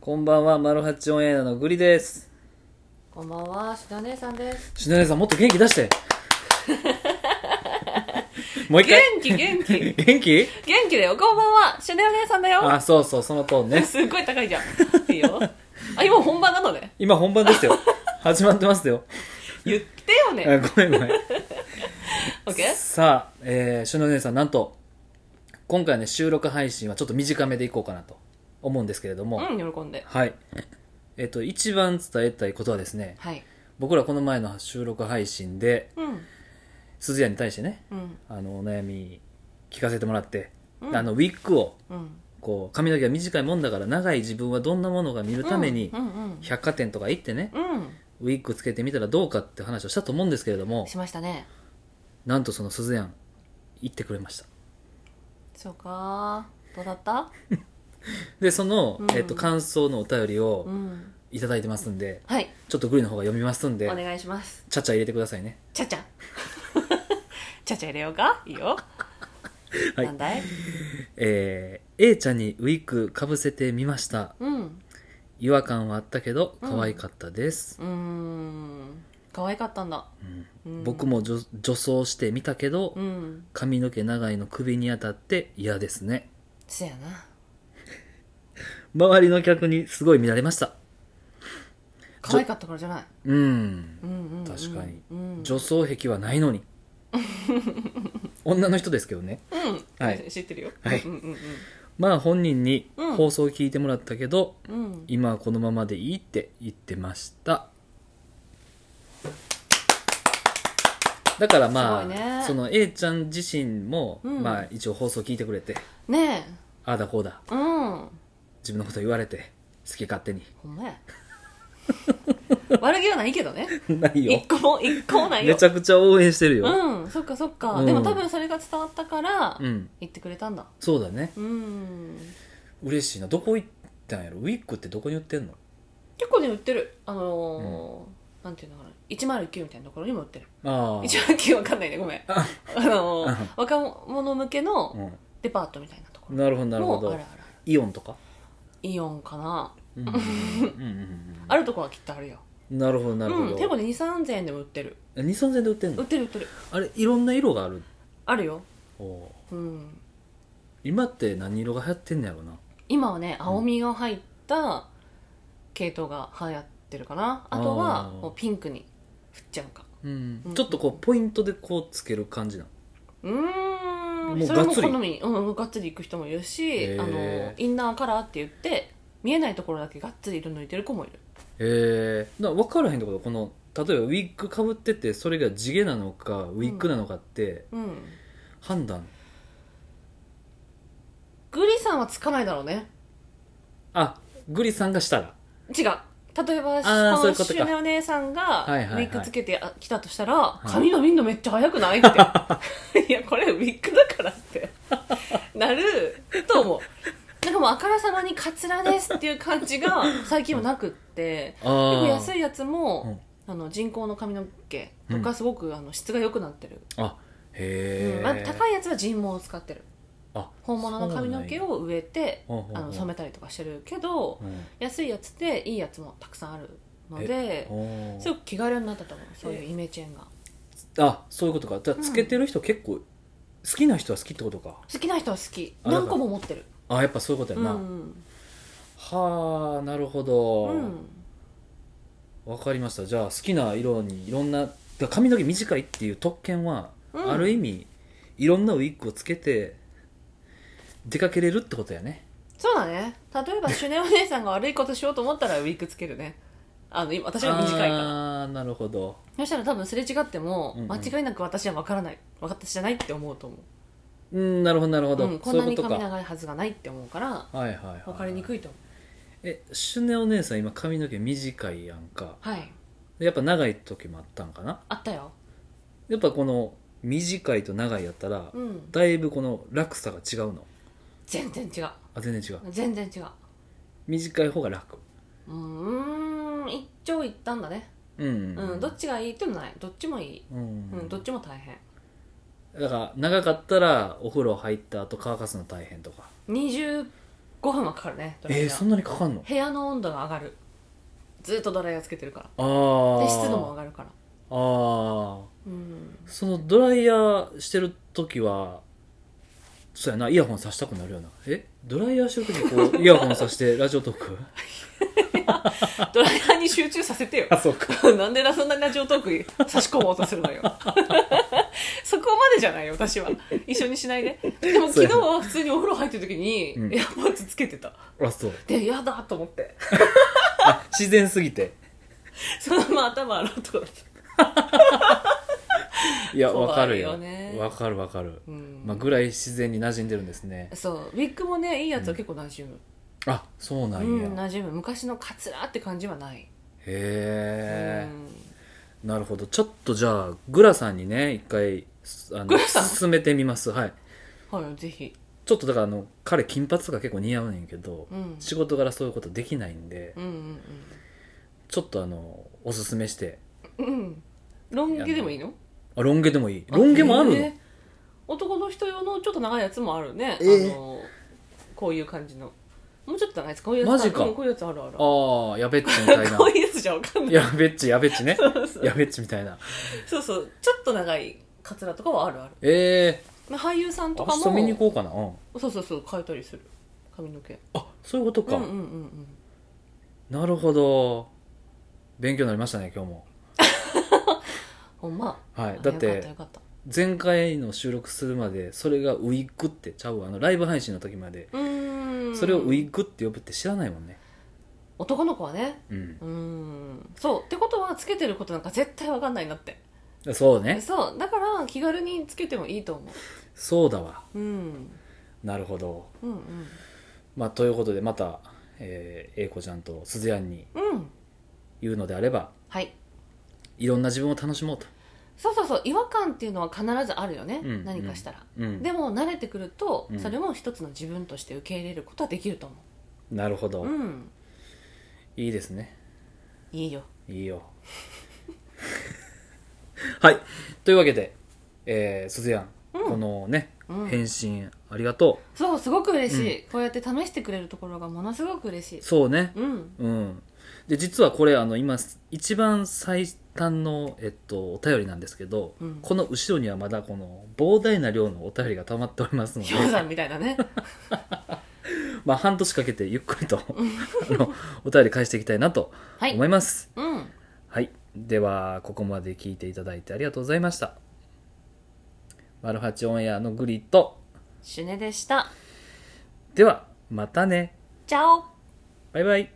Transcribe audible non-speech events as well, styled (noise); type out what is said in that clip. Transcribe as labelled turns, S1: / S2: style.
S1: こんばんは、マルハチオンエアのグリです。
S2: こんばんは、しな姉さんです。
S1: しのねさん、もっと元気出して。もう一
S2: (laughs) 元
S1: 回。
S2: 気、元気。
S1: 元気
S2: 元気だよ。こんばんは、しな姉さんだよ。
S1: あ、そうそう、そのトーンね。
S2: すっごい高いじゃん。いいよ。あ、今本番なのね。
S1: 今本番です
S2: (laughs)
S1: よ。始まってますよ。
S2: 言ってよ
S1: あ
S2: ね。
S1: ごめんごめん。
S2: オッケー
S1: さあ、えー、しのねさん、なんと、今回ね、収録配信はちょっと短めでいこうかなと思うんですけれども、
S2: うん、喜んで。
S1: はい。えっと、一番伝えたいことはですね、
S2: はい。
S1: 僕らこの前の収録配信で、
S2: うん。
S1: 鈴谷に対してね、
S2: うん。
S1: あの、お悩み聞かせてもらって、
S2: うん
S1: あの、ウィッグを、
S2: うん。
S1: こう髪の毛が短いもんだから長い自分はどんなものが見るために
S2: うんうん。
S1: 百貨店とか行ってね
S2: うん。
S1: ウィッグつけてみたらどうかって話をしたと思うんですけれども
S2: しましたね。
S1: なんとその鈴やん行ってくれました
S2: そうかどうだった
S1: でその、
S2: うん
S1: えっと感想のお便りを
S2: うん。
S1: いただいてますんで
S2: はい。
S1: ちょっとグリの方が読みますん
S2: お
S1: で
S2: 願いします。
S1: ちゃちゃ入れてくださいね
S2: ち
S1: (laughs)
S2: ゃちゃ。ちゃちゃ入れようかいいよ。
S1: はい
S2: なんだい
S1: えー、A ちゃんにウィッグかぶせてみました
S2: うん。
S1: 違和感はあったけど可愛かったです、
S2: うーん。可愛かったんだ。うん
S1: 僕。も女女装してみたけど、
S2: うん。
S1: 髪の毛長いの首に当たって嫌ですね
S2: そやな。
S1: 周りの客にすごい見られました
S2: 可愛かったからじゃない。
S1: うん
S2: うんうんうん、
S1: 確かに
S2: うん、
S1: 女装癖はないの (laughs) に女の人ですけどね
S2: うん
S1: はい
S2: 知ってるよ、
S1: はい
S2: うんうん
S1: まあ本人に
S2: うん
S1: 放送を聞いてもらったけど、
S2: うんうん、
S1: 今はこのままでいいって言ってましただからまあ、
S2: すごいね
S1: その A ちゃん自身も、
S2: うん
S1: まあ一応放送聞いてくれて
S2: ね
S1: ああだこうだ
S2: えうんほ
S1: 自分のこと言われて好き勝手に
S2: んまや悪気はないけどね
S1: (laughs) ないよ
S2: 一個も一個もないよ
S1: (laughs) めちゃくちゃ応援してるよ、
S2: うんそっかそっか、
S1: うん
S2: でも多分それが伝わったから、
S1: うん、
S2: 言ってくれたんだ
S1: そうだね
S2: うん
S1: 嬉しいなどこ行ったんやろウィッグってどこに売ってんの
S2: 結構ね売ってるあのーなんていうのかな109みたいなところにも売ってる
S1: ああ
S2: 109わかんないねごめん
S1: あ
S2: あ
S1: (laughs)
S2: のー
S1: うん
S2: 若者向けのデパートみたいなとこ
S1: うん、なるほどなる
S2: ろ
S1: ほ
S2: もあ
S1: ど
S2: るある
S1: イオンとか、
S2: イオンかな
S1: うんうんうん
S2: あるとこはきっとあるよ
S1: うん、なるほどなるほ
S2: うん、
S1: ど、
S2: 結構ね2 3 0円でも売ってる
S1: 2 3 0円で売ってん
S2: 売っ
S1: の
S2: てる売ってる
S1: あれいろんな色がある
S2: あるよ、
S1: おー
S2: うん、
S1: 今って何色が流行ってんのやろうな
S2: 今はね青みが入った系統が流行ってるかなあと
S1: あ
S2: は
S1: ー
S2: もうピンクに振っちゃうか
S1: うん
S2: うん
S1: ちょっとこうポイントでこうつける感じなの
S2: うー
S1: もうん
S2: それ
S1: がっ
S2: も
S1: つり
S2: 好みうんがっつりいく人もいるし
S1: へー
S2: あのインナーカラーって言って見えないところだけがっつり色抜いてる子もいる
S1: へえ分からへんってことこの例えばウィッグかぶっててそれが地毛なのかウィッグなのかって
S2: うん
S1: 判断、
S2: グリさんはつかないだろうね
S1: あグリさんがしたら
S2: 違う例えば
S1: ー
S2: こ
S1: そういうこ
S2: の
S1: とか
S2: シュネお姉さんが
S1: い
S2: ウ
S1: はいはい
S2: ィッグつけてあ来たとしたら、
S1: い
S2: 髪のみんのめっちゃ早くないって
S1: (laughs)
S2: いやこれウィッグだからってなると思うなんかもうあからさまにカツラですっていう感じが最近はなくって
S1: あ
S2: 結構
S1: ー
S2: 安いやつも、あの人工の髪の毛と
S1: う
S2: かすごくあの質が良くなってる、
S1: あへ
S2: うん
S1: え、
S2: まあ、高いやつは人毛を使ってる
S1: あ
S2: 本物の髪の毛を植えて
S1: そうなんや
S2: あの染めたりとかしてるけど、
S1: うん
S2: 安いやつでいいやつもたくさんあるので
S1: おー
S2: すごく気軽になったと思うそういうイメチェンが
S1: あそういうことかじゃあ
S2: うん
S1: つけてる人結構好きな人は好きってことか
S2: 好きな人は好き
S1: あだから
S2: 何個も持ってる
S1: あやっぱそういうこと
S2: う
S1: や
S2: ん
S1: な、
S2: うん
S1: はあなるほど
S2: う
S1: わ、
S2: ん
S1: かりましたじゃあ好きな色にいろんなだから髪の毛短いっていう特権は、
S2: うん
S1: ある意味いろんなウィッグをつけて出かけれるってことやね
S2: そうだね例えばシュネお姉さんが悪いことしようと思ったらウィッグつけるねあの今私は短いから
S1: ああなるほど
S2: そしたら多分すれ違っても
S1: うんうん
S2: 間違いなく私は分からない私じゃないって思うと思
S1: うんなるほどなるほ
S2: う、
S1: ど、
S2: うん、こん
S1: そう
S2: ないに
S1: うこと
S2: 髪
S1: か
S2: 長いはずがないって思うから
S1: はいはい、はい、
S2: 分かりにくいと思
S1: えシュネお姉さん今髪の毛短いやんか
S2: うはい
S1: やっぱ長い時もあったんかな
S2: あったよ
S1: やっぱこの短いと長いやったら、
S2: うん
S1: だいぶこの落差が違うの
S2: 全然違う
S1: あ全然違う
S2: 全然違う
S1: 短い方が楽
S2: うーん一長一短だね
S1: うん
S2: うん、どっちがいいってもないどっちもいい、
S1: う
S2: うん
S1: ん、
S2: どっちも大変
S1: だから長かったらお風呂入った後乾かすの大変とか
S2: 20ご飯はかかるねドライヤー
S1: えー、そんなにかかんの
S2: 部屋の温度が上がるずっとドライヤーつけてるか
S1: あ
S2: ら
S1: あ
S2: で湿度も上がるから
S1: ああ
S2: うん
S1: そのドライヤーしてる時はそうやなイヤホンさしたくなるよなえドライヤーしてる時こう
S2: (laughs)
S1: イヤホンさしてラジオトーク
S2: ドライヤーに集中させてよ (laughs)
S1: そうか
S2: なんでそんなラジオトーク (laughs) 差し込もうとするのよ (laughs) そこまでじゃないよ私は一緒にしないででも昨日は普通にお風呂入ってる時に
S1: うん
S2: エアポッツつけてた
S1: あそう
S2: でやだと思って
S1: あ自然すぎて
S2: そのまま頭洗うとかだった
S1: いや
S2: (laughs) 怖いよ
S1: わかるよ
S2: ね
S1: わかるわかる、
S2: うん
S1: まあ、ぐらい自然に馴染んでるんですね
S2: そうウィッグもねいいやつは結構馴染む
S1: あそうな
S2: うん
S1: や、
S2: ん
S1: へ
S2: 馴染む昔のカツラって感じはない
S1: え
S2: う、ん
S1: なるほどちょっとじゃあグラさんにね一回すあ
S2: グ
S1: の
S2: ラさん
S1: 進めてみますはい
S2: はい、ぜひ。
S1: ちょっとだからあの彼金髪が結構似合うねんけど、
S2: うん。
S1: 仕事柄そういうことできないんで、
S2: うんうん
S1: ちょっとあのおすすめして
S2: うん。うん。ロン毛でもいいの
S1: あロン毛でもいいロン毛もあるの、
S2: へえ男の人用のちょっと長いやつもあるね。
S1: ええ
S2: あの、こういう感じの。もうちょっと長いやつ。こういうやつ。
S1: マジか
S2: うんこういうやつあるある。
S1: ああやべっちみたいな
S2: (laughs) こういうやつじゃわかんない。
S1: やべっちやべっちね
S2: そうそう
S1: やべっちみたいな
S2: そうそう。ちょっと長いカツラとかはあるある。
S1: え
S2: まあ俳優さん
S1: えー、
S2: とか
S1: 明日見に行
S2: も、
S1: こうかな、うん、
S2: そうそうそう、変えたりする。髪の毛。
S1: あそういうこと
S2: うんう
S1: か、
S2: んうんうん。
S1: なるほど勉強になりましたね今日も
S2: ほんま。
S1: はいだ
S2: あ
S1: っ
S2: よかったよ
S1: て
S2: かった。
S1: 前回の収録するまでそれがウィッグってちゃうわあのライブ配信の時まで
S2: うーん。
S1: それをウィッグって呼ぶって知らないもんね
S2: 男の子はね。
S1: うん
S2: うーん。そう。ってことは、つけてることなんか絶対わかんないなって。
S1: そうね
S2: そうだから気軽につけてもいいと思
S1: そうだわ
S2: う、うん、
S1: なるほど
S2: うんうん
S1: まあということでまたえー、英子ちゃんと鈴やんに
S2: うん
S1: 言うのであれば
S2: はい
S1: いろんな自分を楽しもうと、
S2: そうそうそう違和感っていうのは必ずあるよね、
S1: うん
S2: 何かしたら、
S1: うん、
S2: でも慣れてくると、
S1: うん
S2: それも一つの自分として受け入れることはできると思
S1: なるほど、
S2: ううん
S1: いいですね
S2: いいよ
S1: いい
S2: (laughs)
S1: よはいというわけで、えー、鈴やん、
S2: うん
S1: このね、
S2: うん
S1: 返信ありがと
S2: そうすごく嬉しい、こうやって試してくれるところがものすごく嬉しいう
S1: そうね
S2: うん
S1: うんで実はこれあの今一番最短の、えっと、お便りなんですけど、
S2: うん
S1: この後ろにはまだこの膨大な量のお便りが溜まっておりますので
S2: 氷山みたい
S1: (laughs)
S2: なね
S1: まあ、半年かけてゆっく
S2: (laughs)
S1: りとあのお便り返していきたいなと
S2: はい
S1: 思います、
S2: うん
S1: はい、ではここまで聞いていただいてありがとうございましたマルハチオンエアのグリッド
S2: シュネでした
S1: ではまたね
S2: チャオ
S1: バイバイ